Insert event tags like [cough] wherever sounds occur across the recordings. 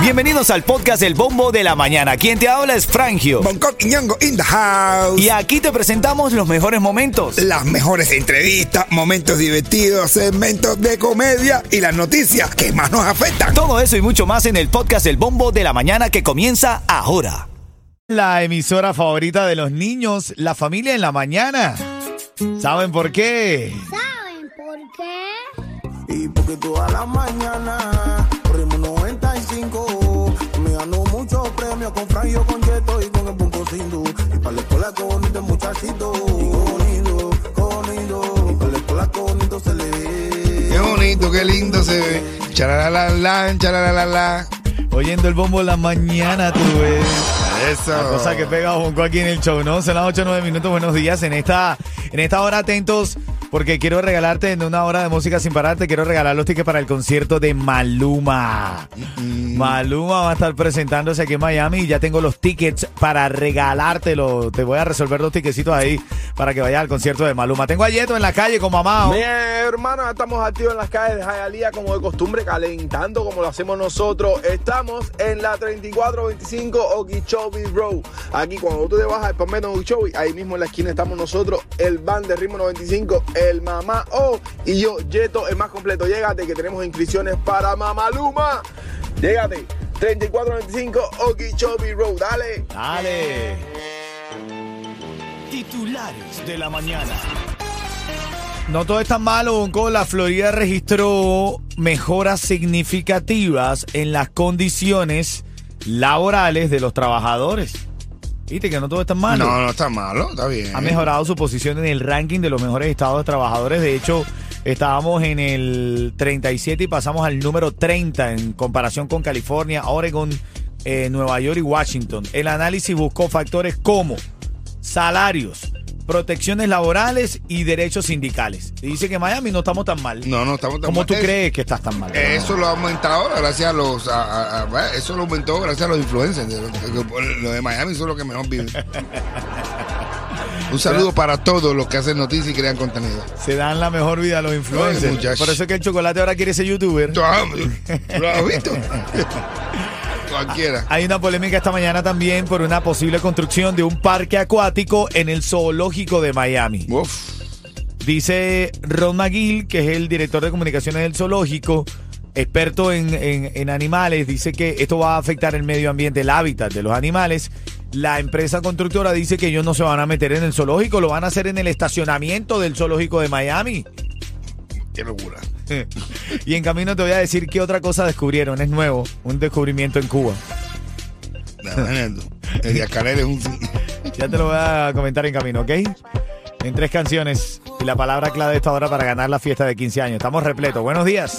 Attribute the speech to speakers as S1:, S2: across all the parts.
S1: Bienvenidos al podcast El Bombo de la Mañana. Quien te habla es Frangio.
S2: Bangkok y Ñongo in the house.
S1: Y aquí te presentamos los mejores momentos.
S2: Las mejores entrevistas, momentos divertidos, segmentos de comedia y las noticias que más nos afectan.
S1: Todo eso y mucho más en el podcast El Bombo de la Mañana que comienza ahora. La emisora favorita de los niños, la familia en la mañana. ¿Saben por qué?
S3: ¿Saben por qué?
S4: Y porque toda la mañana corrimos 95. Me ganó muchos premios con Franjo, con Yeto y con el Punto Sindú. Y para la escuela con bonito el muchachito. Y qué bonito, qué bonito. Y para la escuela con bonito se le ve.
S2: Qué bonito, qué lindo se ve. Charalalalán, charalalala.
S1: Oyendo el bombo en la mañana, tú ves. La
S2: Eso.
S1: cosa que pega Bonco aquí en el show, ¿no? Son las 8 9 minutos, buenos días. En esta, en esta hora atentos, porque quiero regalarte en una hora de música sin parar, te quiero regalar los tickets para el concierto de Maluma. Maluma va a estar presentándose aquí en Miami y ya tengo los tickets para regalártelo. Te voy a resolver los tiquecitos ahí para que vayas al concierto de Maluma. Tengo a Yeto en la calle con mamá.
S5: Mi hermano, estamos activos en las calles de Jayalía como de costumbre, calentando como lo hacemos nosotros. Estamos en la 3425 Okeechobee Road. Aquí cuando tú te bajas el palmetto en Okeechobee, ahí mismo en la esquina estamos nosotros, el band de Ritmo 95, el Mamá O y yo, Yeto, el más completo. Llégate que tenemos inscripciones para Mamaluma. Llégate, 3425 Okeechobee Road, dale.
S1: Dale. Titulares de la mañana. No todo es tan malo, Bonco. La Florida registró mejoras significativas en las condiciones laborales de los trabajadores. Viste que no todo es tan malo.
S2: No, no está malo, está bien.
S1: Ha mejorado su posición en el ranking de los mejores estados de trabajadores. De hecho, estábamos en el 37 y pasamos al número 30 en comparación con California, Oregon, eh, Nueva York y Washington. El análisis buscó factores como salarios, protecciones laborales y derechos sindicales. Y dice que en Miami no estamos tan mal.
S2: No, no estamos tan
S1: ¿Cómo
S2: mal.
S1: tú
S2: Es-
S1: crees que estás tan mal?
S2: Eso lo ha aumentado gracias a los. a- a- a- eso lo aumentó gracias a los influencers. de- de- de- Los de Miami son los que mejor
S1: [laughs]
S2: viven. Un saludo para todos los que hacen noticias y crean contenido.
S1: Se dan la mejor vida a los
S2: Ay,
S1: influencers.
S2: muchacho.
S1: Por eso es que el chocolate ahora quiere ser youtuber.
S2: ¿Tú has- ah, ¿Lo has visto? [laughs] Cualquiera.
S1: Hay una polémica esta mañana también por una posible construcción de un parque acuático en el zoológico de Miami.
S2: Uf.
S1: Dice Ron McGill, que es el director de comunicaciones del zoológico, experto en, en- en animales, dice que esto va a afectar el medio ambiente, el hábitat de los animales. La empresa constructora dice que ellos no se van a meter en el zoológico, lo van a hacer en el estacionamiento del zoológico de Miami. [laughs]
S2: Qué locura.
S1: Y en camino te voy a decir qué otra cosa descubrieron, es nuevo, un descubrimiento en Cuba.
S2: No, Fernando, El de Acarel es un.
S1: Ya te lo voy a comentar en camino, ¿ok? En tres canciones y la palabra clave de esta hora para ganar la fiesta de 15 años. Estamos repletos. Buenos días.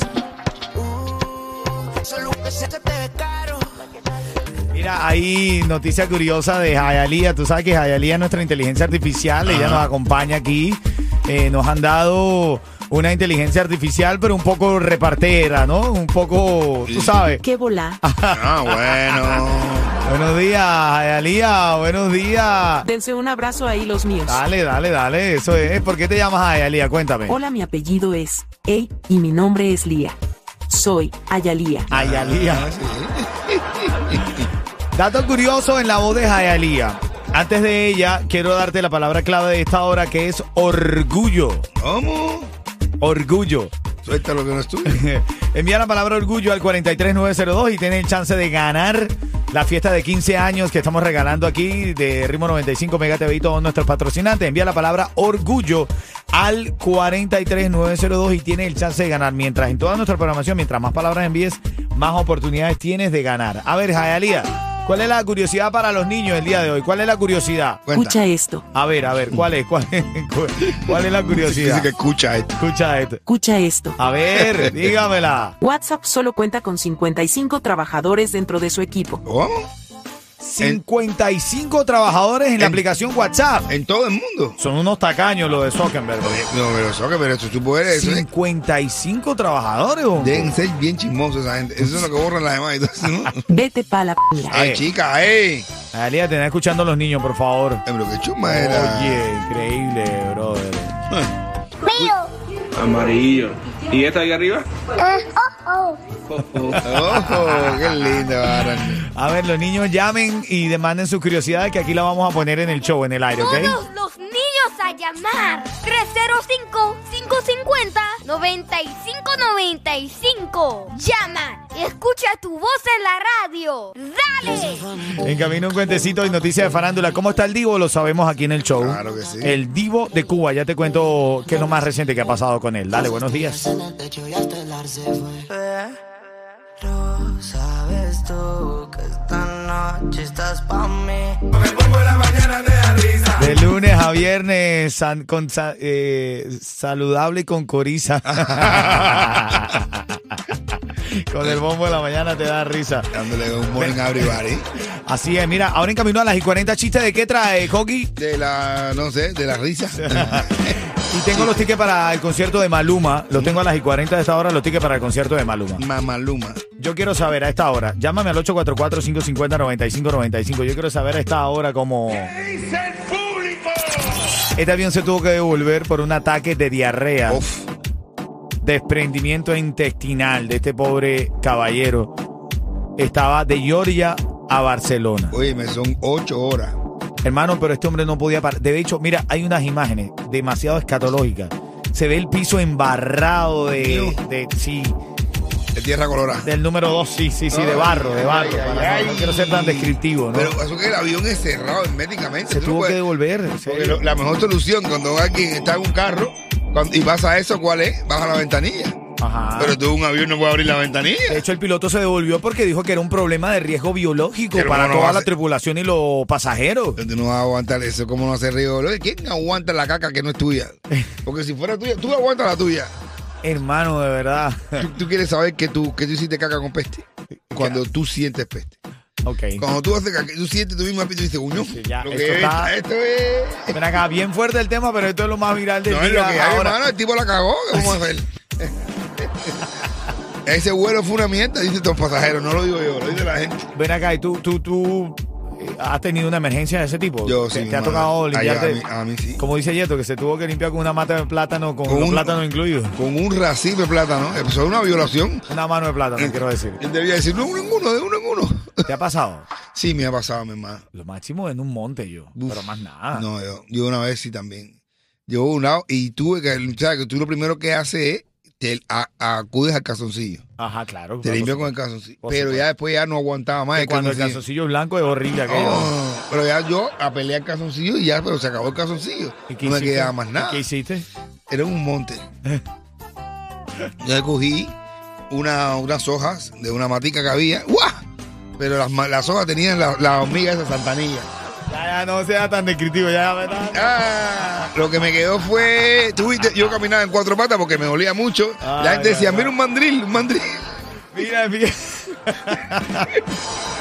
S1: Mira, hay noticia curiosa de Jayalía. Tú sabes que Jayalía es nuestra inteligencia artificial. Ella nos acompaña aquí. Eh, nos han dado una inteligencia artificial, pero un poco repartera, ¿no? Un poco, tú sabes.
S6: ¿Qué volá?
S2: Ah, bueno.
S1: Buenos días, Jayalía. Buenos días.
S6: Dense un abrazo ahí los míos.
S2: Ah,
S1: Dale, dale, dale, eso es. Eh, ¿Por qué te llamas Ayalia? Cuéntame.
S6: Hola, mi apellido es Ey y mi nombre es Lía. Soy Ayalía.
S2: Ah,
S1: Ayalia. Dato curioso en la voz de Ayalia. Antes de ella, quiero darte la palabra clave de esta hora que es orgullo.
S2: ¿Cómo?
S1: Orgullo.
S2: Suelta lo que no es tuyo.
S1: [laughs] Envía la palabra orgullo al 43902 y tienes el chance de ganar la fiesta de 15 años que estamos regalando aquí de Ritmo 95 Mega TV y todos nuestros patrocinantes. Envía la palabra orgullo al 43902 y tienes el chance de ganar. Mientras en toda nuestra programación, mientras más palabras envíes, más oportunidades tienes de ganar. A ver, Jayalía, ¿cuál es la curiosidad para los niños el día de hoy? ¿Cuál es la curiosidad?
S2: Cuenta.
S6: Escucha esto,
S1: A ver, a ver, ¿cuál es? ¿Cuál es, [laughs] cuál es la curiosidad?
S2: Dice que escucha esto.
S1: Escucha esto.
S6: escucha esto.
S2: Ah.
S1: A ver, dígamela.
S6: WhatsApp solo cuenta con 55 trabajadores dentro de su equipo.
S2: ¿Cómo?
S1: 55 trabajadores en la
S2: En-
S1: aplicación WhatsApp.
S2: En todo el mundo.
S1: Son unos tacaños los de Zuckerberg.
S2: Oye, No, pero eso que pero esto tú
S1: Eh,
S2: puedes. eso es-
S1: 55 trabajadores, oh. hombre.
S2: Deben ser bien chismosos esa gente. Eso es lo que borran las demás. y todo eso,
S6: [laughs]
S2: ¿no?
S6: Vete pa' la p***.
S2: Ay, chica, ey.
S1: Alia, tenés escuchando a los niños, por favor.
S2: Eh, Pero qué chuma era.
S1: Oye, increíble, brother.
S3: Mío.
S7: Amarillo. ¿Y esta de aquí arriba?
S3: Ah, oh, Oh,
S2: Ojo, qué lindo, Aaron.
S1: A ver, los niños llamen y demanden sus curiosidades que aquí la vamos a poner en el show, en el aire, ¿ok?
S7: Todos los niños a llamar. 305-550-9595. Llama y escucha tu voz en la radio. ¡Dale!
S1: En camino un cuentecito y noticias de farándula. ¿Cómo está el Divo? Lo sabemos aquí en el show.
S2: Claro que sí.
S1: El Divo de Cuba. Ya te cuento qué es lo más reciente que ha pasado con él. Dale, buenos días.
S8: en el techo y hasta el arce fue. Pero sabes tú que esta noche estás pa' mí.
S1: De lunes a viernes, san- con sa- eh, saludable y con coriza. [laughs] con el bombo de la mañana te da risa.
S2: Dándole un morning a everybody.
S1: Así es, mira, ahora en camino a las y 40 chistes de qué trae, Hockey.
S2: De la, no sé, de la
S1: [laughs]
S2: risa.
S1: Y tengo los tickets para el concierto de Maluma. Los tengo a las y 40 de esta hora, los tickets para el concierto de Maluma.
S2: Mamaluma.
S1: Yo quiero saber a esta hora, llámame al 844-550-9595. Yo quiero saber a esta hora cómo. Este avión se tuvo que devolver por un ataque de diarrea.
S2: Uf.
S1: desprendimiento intestinal de este pobre caballero estaba de Georgia a Barcelona.
S2: Oye, me son ocho horas.
S1: Hermano, pero este hombre no podía parar. De hecho, mira, hay unas imágenes demasiado escatológicas. Se ve el piso embarrado de, de- sí,
S2: De tierra colorada.
S1: del número 2, sí, sí, sí, de barro, de barro.
S2: Ay, ay,
S1: para- no
S2: ay.
S1: quiero ser tan descriptivo, ¿no?
S2: Pero eso que el avión es cerrado herméticamente.
S1: se
S2: Tú no
S1: tuvo que
S2: puedes-
S1: devolver. en
S2: Porque
S1: serio.
S2: lo- la mejor solución cuando alguien está en un carro cuando- y pasa eso, ¿cuál es? Baja la ventanilla.
S1: Ajá.
S2: Pero tú un avión no puede abrir la ventanilla.
S1: De hecho, el piloto se devolvió porque dijo que era un problema de riesgo biológico
S2: Pero
S1: para
S2: no, no
S1: toda
S2: hace-
S1: la tripulación y los pasajeros.
S2: Tú no vas a aguantar eso, ¿cómo no hace río? Oye, ¿Quién aguanta la caca que no es
S1: [laughs]
S2: tuya? Porque si fuera tuya, tú aguantas la tuya.
S1: Hermano, de verdad. [laughs]
S2: ¿Tú, tú quieres saber que tú, que tú hiciste caca con peste? Cuando tú sientes peste.
S1: ok.
S2: Cuando tú haces caca, tú sientes tú mismo peste y dices, uño,
S1: Sí, ya,
S2: lo
S1: esto
S2: que es,
S1: está-
S2: esto es...
S1: Ven acá, bien fuerte el tema, pero esto es lo más viral del
S2: No
S1: día
S2: es lo que hay,
S1: ahora.
S2: hermano, el tipo la cagó, ¿qué
S1: [laughs]
S2: vamos a hacer? Ese vuelo fue una mierda, dice los pasajeros, no lo digo yo, lo dice la gente.
S1: Ven acá, y tú, tú, tú eh, has tenido una emergencia de ese tipo.
S2: Yo
S1: ¿Te,
S2: sí,
S1: te ha
S2: hermano.
S1: tocado
S2: Ay,
S1: limpiarte.
S2: a mí- a mí sí.
S1: Como dice Yeto, que se tuvo que limpiar con una mata de plátano, con,
S2: Con
S1: los
S2: un-
S1: plátanos incluidos.
S2: Con un racimo de plátano, eso es una violación.
S1: Una mano de plátano, quiero
S2: [laughs]
S1: decir.
S2: Él debía decir, no, uno en uno, de uno en uno.
S1: ¿Te ha pasado?
S2: Sí, me ha pasado, mi hermano.
S1: Lo máximo en un monte yo,
S2: Uf,
S1: pero más nada.
S2: No, yo, yo una vez sí también. Yo un lado y tuve que, sabes que tú lo primero que haces es te a- acudes al calzoncillo.
S1: Ajá, claro.
S2: Te
S1: claro,
S2: limpias
S1: sí.
S2: con el calzoncillo.
S1: Por
S2: Pero
S1: supuesto.
S2: ya después ya no aguantaba más
S1: Que
S2: el
S1: cuando el
S2: calzoncillo.
S1: calzoncillo blanco es horrible aquello.
S2: Oh, pero ya yo apelé al calzoncillo y ya, pero se acabó el calzoncillo. No me
S1: hiciste?
S2: quedaba más
S1: ¿Y
S2: nada.
S1: ¿Qué hiciste?
S2: Era un
S1: [laughs]
S2: monte. Yo cogí una, unas hojas de una matica que había. ¡Guau! Pero las, ma- las hojas tenían la- las hormigas de santanilla.
S1: Ya, ya, no sea tan descriptivo, ya, ¿verdad?
S2: Ah, lo que me quedó fue. tuviste- yo caminaba en cuatro patas porque me dolía mucho.
S1: Ay,
S2: la gente decía,
S1: ay, ay.
S2: mira un mandril,
S1: [laughs]
S2: un mandril. [laughs]
S1: Mira, mira.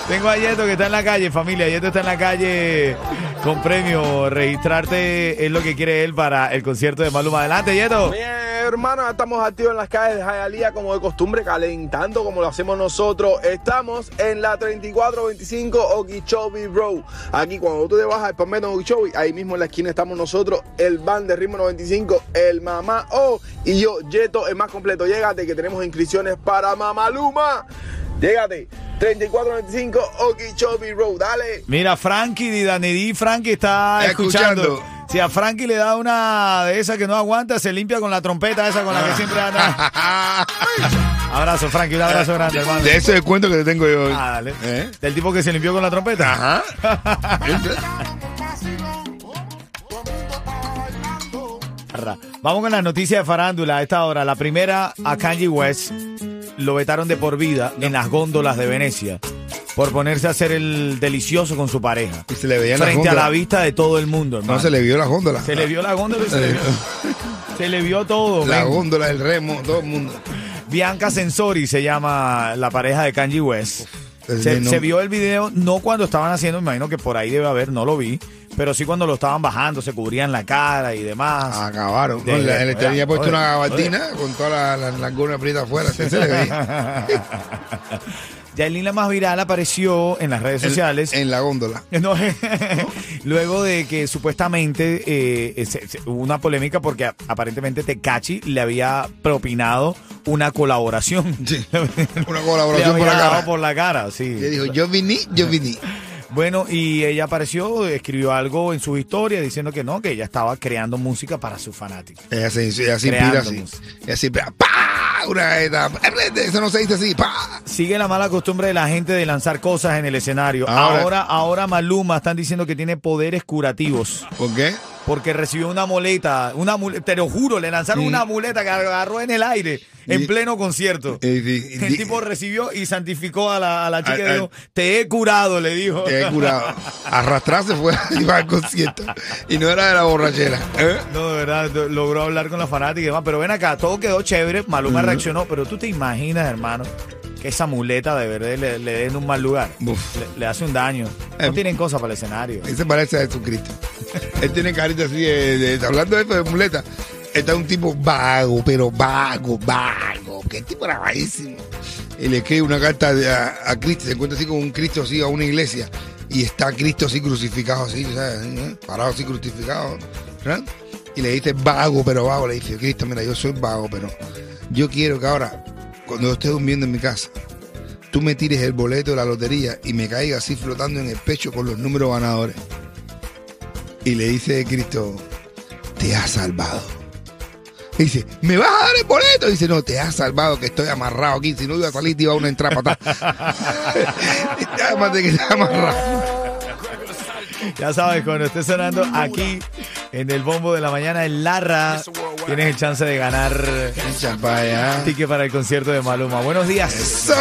S1: Tengo a Yeto que está en la calle, familia. Yeto está en la calle con premio. Registrarte es lo que quiere él para el concierto de Maluma. Adelante, Yeto.
S5: Mi hermano, ya estamos activos en las calles de Jayalía como de costumbre, calentando como lo hacemos nosotros. Estamos en la 3425 Okeechobee Road. Aquí cuando tú te bajas al Palmetto en Okeechobee, ahí mismo en la esquina estamos nosotros, el band de Ritmo 95, el Mamá O y yo, Yeto, el más completo. Llégate que tenemos inscripciones para Mamaluma. Llégate, 3425 Okeechobee Road, dale.
S1: Mira, Frankie de Danidí, Frankie está escuchando.
S2: Escuchando.
S1: Si a Frankie le da una de esas que no aguanta, se limpia con la trompeta esa con la que siempre
S2: [laughs]
S1: anda. Abrazo, Frankie, un abrazo grande, hermano.
S2: De eso es el cuento que te tengo yo hoy.
S1: Ah, dale. ¿Ah?
S2: ¿Eh?
S1: Del tipo que se limpió con la trompeta.
S2: Ajá.
S1: Ra. Vamos con las noticias de farándula a esta hora. La primera, a Kanye West lo vetaron de por vida en las góndolas de Venecia por ponerse a hacer el delicioso con su pareja.
S2: Y se le veían las
S1: Frente a la
S2: góndolas.
S1: vista de todo el mundo, hermano.
S2: No se le vio las góndolas.
S1: Se le vio la góndola y se le vio, se le vio todo.
S2: La
S1: men.
S2: góndola, el remo, todo el mundo.
S1: Bianca Sensori se llama la pareja de Kanye West.
S2: Uf,
S1: Se,
S2: no.
S1: se vio el video, no cuando estaban haciendo, me imagino que por ahí debe haber, no lo vi, Pero sí cuando lo estaban bajando, se cubrían la cara y demás.
S2: Ah, Acabaron.
S1: De-
S2: No, le, le
S1: oiga,
S2: tenía puesto
S1: oiga,
S2: una gabardina con toda la, la, laguna prieta afuera. ¿Se se le veía?
S1: [laughs] Yailin la más viral apareció en las redes [laughs] sociales.
S2: En, en la góndola.
S1: [laughs] No, Luego de que supuestamente eh, se- se- hubo una polémica porque a- aparentemente Tecachi le había propinado una colaboración. [laughs]
S2: Sí. Una
S1: Le
S2: colaboración
S1: había
S2: por la
S1: dado
S2: cara.
S1: por la cara, sí.
S2: Le dijo, yo viní, yo viní.
S1: Bueno, y ella apareció, escribió algo en su historia diciendo que no, que ella estaba creando música para sus fanáticos.
S2: Ella se, ella se
S1: Creando
S2: inspira así.
S1: música.
S2: Ella se inspira. ¡Pah! Una galleta. Eso no se dice así. ¡Pah!
S1: Sigue la mala costumbre de la gente de lanzar cosas en el escenario.
S2: Ahora-
S1: ahora, ahora Maluma están diciendo que tiene poderes curativos.
S2: ¿Por qué?
S1: Porque recibió una muleta, una mule- te lo juro, le lanzaron una muleta que agarró en el aire, en
S2: Y- eh,
S1: pleno concierto.
S2: Y- y- y-
S1: el tipo recibió y santificó a la, a la chica y
S2: Ay,
S1: dijo, te he curado, le dijo.
S2: Te he curado. Arrastrarse fue [laughs] iba al concierto. Y no era de la borrachera. ¿eh?
S1: [laughs] No, de verdad, lo- logró hablar con la fanática y demás. Pero ven acá, todo quedó chévere, Maluma reaccionó, pero tú te imaginas, hermano, que esa muleta de verdad le, le den un mal lugar.
S2: Uf.
S1: Le, le hace un daño. No
S2: Eh,
S1: tienen cosas para el escenario.
S2: Ese parece a Jesucristo. [laughs] Él tiene carita así de, de- de- hablando de esto de muleta. Está un tipo vago, pero vago, vago. Que tipo era vaguísimo. Y le escribe una carta de- a, a Cristo. Se encuentra así con un Cristo así a una iglesia. Y está Cristo así crucificado así, ¿sabes? Así, ¿eh? Parado así crucificado. ¿verdad? Y le dice vago, pero vago. Le dice, Cristo, mira, yo soy vago, pero yo quiero que ahora, cuando yo esté durmiendo en mi casa, tú me tires el boleto de la lotería y me caiga así flotando en el pecho con los números ganadores. Y le dice Cristo, te ha salvado. Y dice, ¿me vas a dar el boleto? Y dice, no, te has salvado, que estoy amarrado aquí. Si no iba a salir, te iba a una entrada para atrás. [laughs] Además de que está amarrado.
S1: Ya sabes, cuando esté sonando aquí en el bombo de la mañana en Larra, tienes el chance de ganar
S2: Echa pa' allá.
S1: ticket para el concierto de Maluma. Buenos días.
S2: ¡Eso!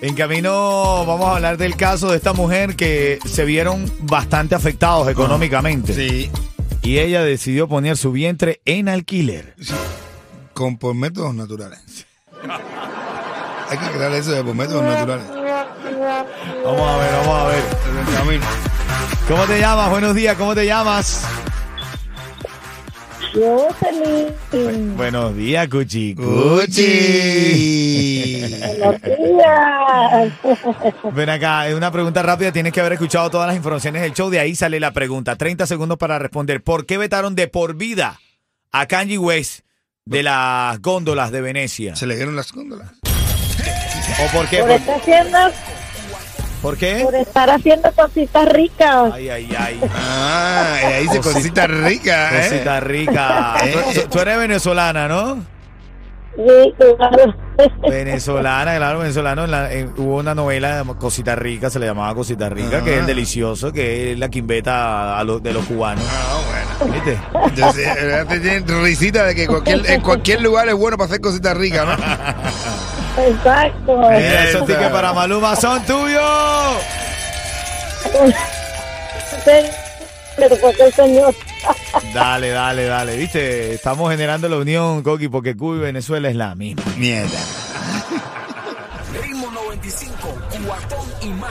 S1: En camino vamos a hablar del caso de esta mujer que se vieron bastante afectados económicamente
S2: Sí,
S1: y ella decidió poner su vientre en alquiler.
S2: con por métodos naturales. Hay que crear eso de por métodos naturales.
S1: Vamos a ver, vamos a ver.
S2: En el camino.
S1: ¿Cómo te llamas? Buenos días, ¿cómo te llamas?
S3: Yo feliz.
S1: Buenos días, Cuchi.
S2: Gucci. [laughs]
S3: Buenos días.
S1: Ven acá, es una pregunta rápida. Tienes que haber escuchado todas las informaciones del show. De ahí sale la pregunta. 30 segundos para responder. ¿Por qué vetaron de por vida a Kanye West de las góndolas de Venecia?
S2: Se le dieron las góndolas.
S1: ¿O por qué?
S3: Por
S1: ¿Por,
S3: estar haciendo,
S1: por qué?
S3: por estar haciendo cositas ricas.
S1: Ay, ay, ay.
S2: Ah, y ahí dice
S1: Cosita-
S2: cosita rica, ¿eh?
S1: Cosita rica.
S2: Eh.
S1: Tú- Tú eres venezolana, ¿no?
S3: Sí, claro.
S1: Venezolana, claro, venezolano. En la- en- hubo una novela, Cosita Rica, se le llamaba Cosita Rica, que es el
S2: Ah.
S1: delicioso, que es la quimbeta a los- de los cubanos.
S2: Ah, bueno.
S1: ¿Viste?
S2: Entonces, eh, te tienen risita de que cualquier, en cualquier lugar es bueno para hacer cositas
S1: [laughs]
S2: ricas, ¿no?
S3: Exacto.
S1: Mira, esos
S2: Esa.
S1: tickets para Maluma son tuyos.
S3: Pero porque el señor.
S1: Dale, dale, dale. Viste, estamos generando la unión, Coqui, porque Cuba y Venezuela es la misma.
S2: Mierda.
S9: Ritmo 95, cuatón y más.